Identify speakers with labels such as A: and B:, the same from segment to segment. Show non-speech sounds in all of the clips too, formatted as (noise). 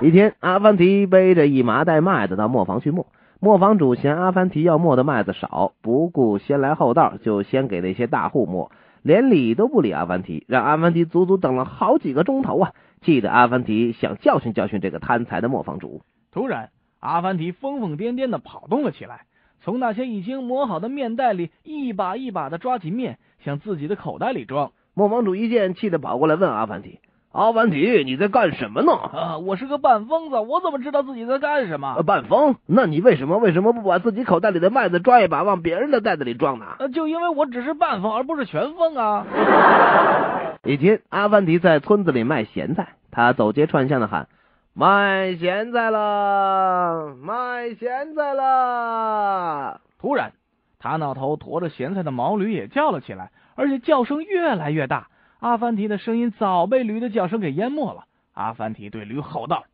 A: 一天，阿凡提背着一麻袋麦子到磨坊去磨。磨坊主嫌阿凡提要磨的麦子少，不顾先来后到，就先给那些大户磨，连理都不理阿凡提，让阿凡提足足等了好几个钟头啊！气得阿凡提想教训教训这个贪财的磨坊主。
B: 突然，阿凡提疯疯癫癫的跑动了起来，从那些已经磨好的面袋里一把一把的抓起面，向自己的口袋里装。
A: 磨坊主一见，气得跑过来问阿凡提：“阿凡提，你在干什么呢？”
B: 啊，我是个半疯子，我怎么知道自己在干什么
A: 呃，？半疯，那你为什么为什么不把自己口袋里的麦子抓一把往别人的袋子里装呢？
B: 呃，就因为我只是半疯，而不是全疯啊！
A: 以前阿凡提在村子里卖咸菜，他走街串巷的喊：“卖咸菜啦！卖咸菜啦！”
B: 突然，他那头驮着咸菜的毛驴也叫了起来，而且叫声越来越大。阿凡提的声音早被驴的叫声给淹没了。阿凡提对驴吼道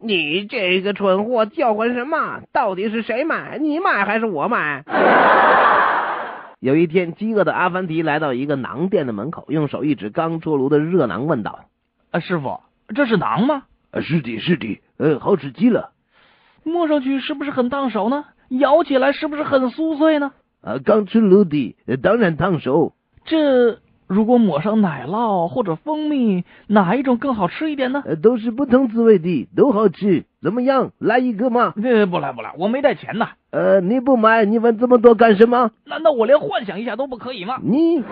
A: 你这个蠢货，叫唤什么？到底是谁买？你买还是我买？ (laughs) 有一天，饥饿的阿凡提来到一个馕店的门口，用手一指刚出炉的热馕，问道：“：“
B: 啊，师傅，这是馕吗？
A: 呃是的，是的，呃，好吃极了。
B: 摸上去是不是很烫手呢？咬起来是不是很酥脆呢？
A: 呃，刚出炉的，呃当然烫手。
B: 这如果抹上奶酪或者蜂蜜，哪一种更好吃一点呢？
A: 呃，都是不同滋味的，都好吃。怎么样，来一个嘛？
B: 这呃不来不来，我没带钱呐，
A: 呃，你不买，你问这么多干什么？
B: 难道我连幻想一下都不可以吗？
A: 你。